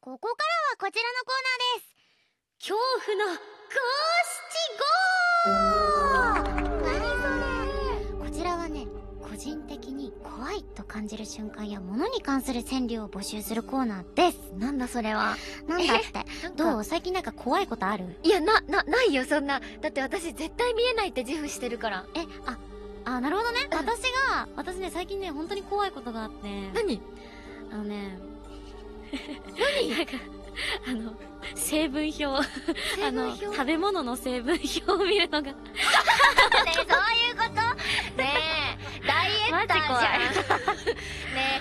ここからはこちらのコーナーです恐怖のこちらはね個人的に怖いと感じる瞬間や物に関する川柳を募集するコーナーですなんだそれはなんだってなんかどう最近なんか怖いことあるいやななないよそんなだって私絶対見えないって自負してるからえああなるほどねうん私が私ね最近ね本当に怖いことがあって何あのね なんかあの成分表あの成分食べ物の成分表を見るのがねえそういうことねえダイエッターじゃんマジね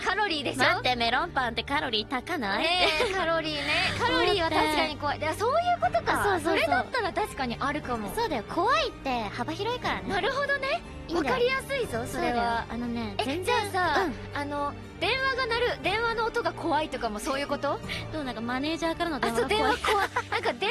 えカロリーでしょ待ってメロンパンってカロリー高ない、ねえカロリー ねカロリーは確かに怖いいやそういうことかそうそうそうれだったら確かにあるかもそうだよ怖いって幅広いからねなるほどねいいんわだよかりやすいぞそれはそうだよあのねえ全じゃ然あさ、うんあの電話が鳴る電話の音が怖いとかもそういうことどうなんかマネージャーからの電あ話そうが怖い電話怖いなんか電話恐怖症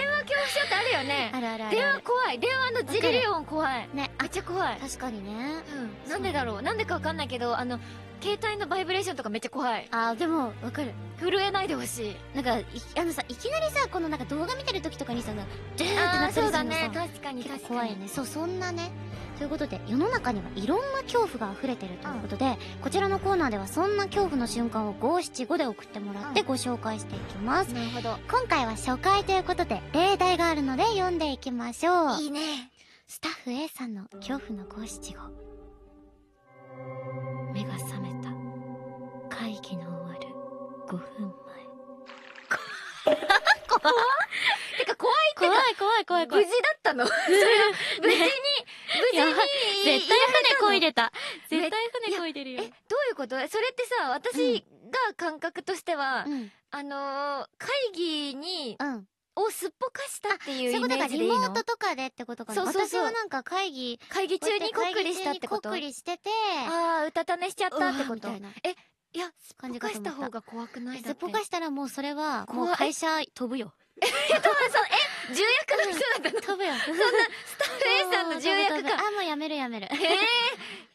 ってあるよあねるあるある電話怖い電話のジリリ音怖いねめっちゃ怖いあ確かにねうんなんでだろうなんでかわかんないけどあの携帯のバイブレーションとかめっちゃ怖いあでもわかる震えないでほしいなんかいあのさいきなりさこのなんか動画見てる時とかにさなんかドゥーンってなあったりーすそうるだのねさ確かに結構確かに怖いよねそうそんなねということで世の中にはいろんな恐怖が溢れてるということで、こちらのコーナーではそんな恐怖の瞬間を五七五で送ってもらってうご紹介していきます、なるほど今回は初回ということで例題があるので読んでいきましょういいねスタッフ A さんの恐怖の五七五目が覚めた会議の終わる5分 てか怖い前怖い怖い怖い無怖い事だった の無事 に無やばい事に絶対船こいでため絶対船こいでるえよどういうことそれってさ私が感覚としては、うんあのー会議にうんをすっぽかしたってそういいううこイとメかージリでいいモのートとかでってことかなそうそうそう私はなんか会議会議中にこっくりしたってことこっくりしててあああうたた寝しちゃったってことみたいなえいやす感っじぽかと思かしったた方が怖くないだすっってぽかしたらもうそれはも怖いう会社飛ぶよ重役の人 だった の飛ぶよそんなスタッフ A さんの重役あかもうやめるやめるへえ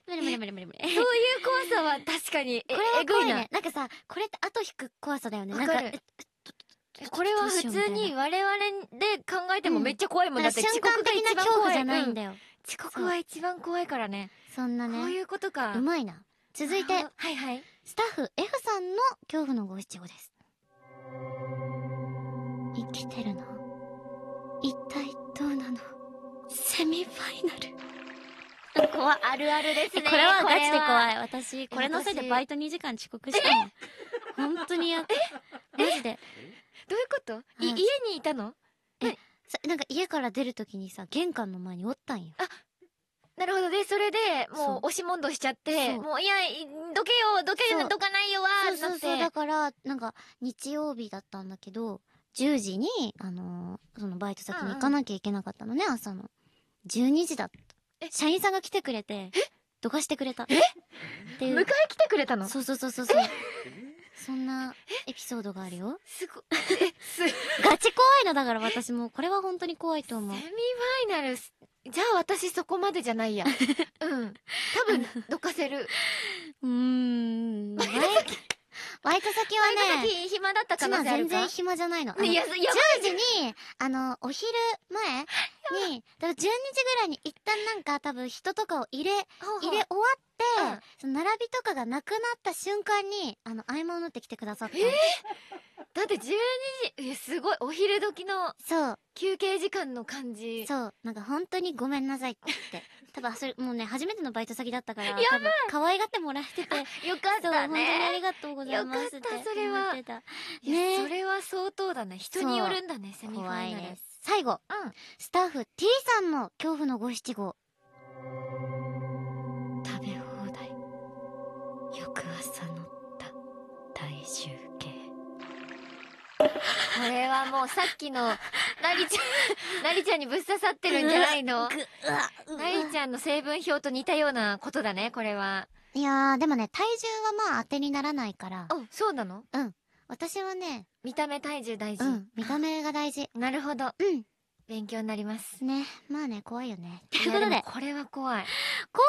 無理無理無理無理無理そういう怖さは確かにえこれはえぐ怖いいなねなんかさこれって後引く怖さだよねわなかんるええこれは普通に我々で考えてもめっちゃ怖いもん、なんだかって瞬間遅刻が的な一番恐怖怖いじゃないんだようん遅刻は一番怖いからねそんなこうねいうことかうまいな続いてあはいはいスタッフ F さんの恐怖の五七五です生きてるの一体どうなのセミファイナル怖あるあるですね これはガチで怖いい私これのせいでバイト2時間遅刻したの本当にやってマジでどういうこというん家にいたのさなんか家から出るときにさ玄関の前におったんよなるほどでそれでそうもう押し問答しちゃってそうもういやいどけよどけそうよどかないよわそーうってそなっうてそうだからなんか日曜日だったんだけど10時に、あのーそのバイト先に行かなきゃいけなかったのね、朝の12時だったえ社員さんが来てくれてどかしてくれたえってい迎えう来てくれたのすそうそうそうそうそうそんなエピソードがあるよごえ すガチ怖いのだから私もこれは本当に怖いと思うセミファイナルすじゃあ私そこまでじゃな いやうん多分どかせるうーんバイバイト先前のはね時暇だった可妻能性ある全か然暇じゃないのあのいややばい10時に、あの、お昼前に、だから12時ぐらいに一旦なんか多分人とかを入れ、入入れ終わって、うんその並びとかがなくなった瞬間に、あの、合間を縫ってきてくださった。えだって12時いやすごいお昼時のそう、休憩時間の感じそう、なんか本当にごめんなさいって言って。多分それ、もうね、初めてのバイト先だったから、やばい多分可愛がってもらえてて、よかっそう、本当たにあねりがとうございますってよかったそれは思ってたいやねそれは相当だね人によるんだねセミフ怖ァいイナルです。最後、うんスタッフ T さんの恐怖の五七五。食べ放題。翌朝乗った大集計。これはもうさっ きのなりちゃんなりちゃんにぶっ刺さってるんじゃないのぐうわなりちゃんの成分表と似たようなことだねこれはいやー、でもね、体重はまあ当てにならないから、おそうなの私はね、見た目体重大事、うん、見た目が大事。なるほどうん。勉強になります。ね。まあね、怖いよね。 といいうやことでも、これは怖い。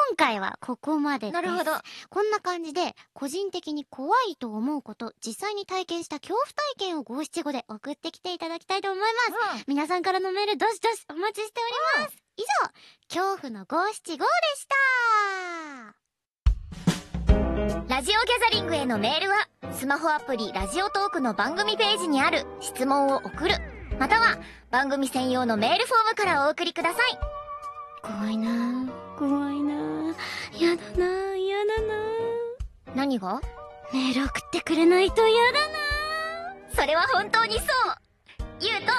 今回はここまでです。なるほど。こんな感じで、個人的に怖いと思うこと、実際に体験した恐怖体験を五七五で送ってきていただきたいと思います。皆さんからのメール、どしどしお待ちしております。以上、恐怖の五七五でした。ラジオギャザリングへのメールは、スマホアプリラジオトークの番組ページにある質問を送る、または番組専用のメールフォームからお送りください。怖いなぁ怖いなぁやだなぁやだなぁ何がメール送ってくれないとやだなぁそれは本当にそうゆうとりなの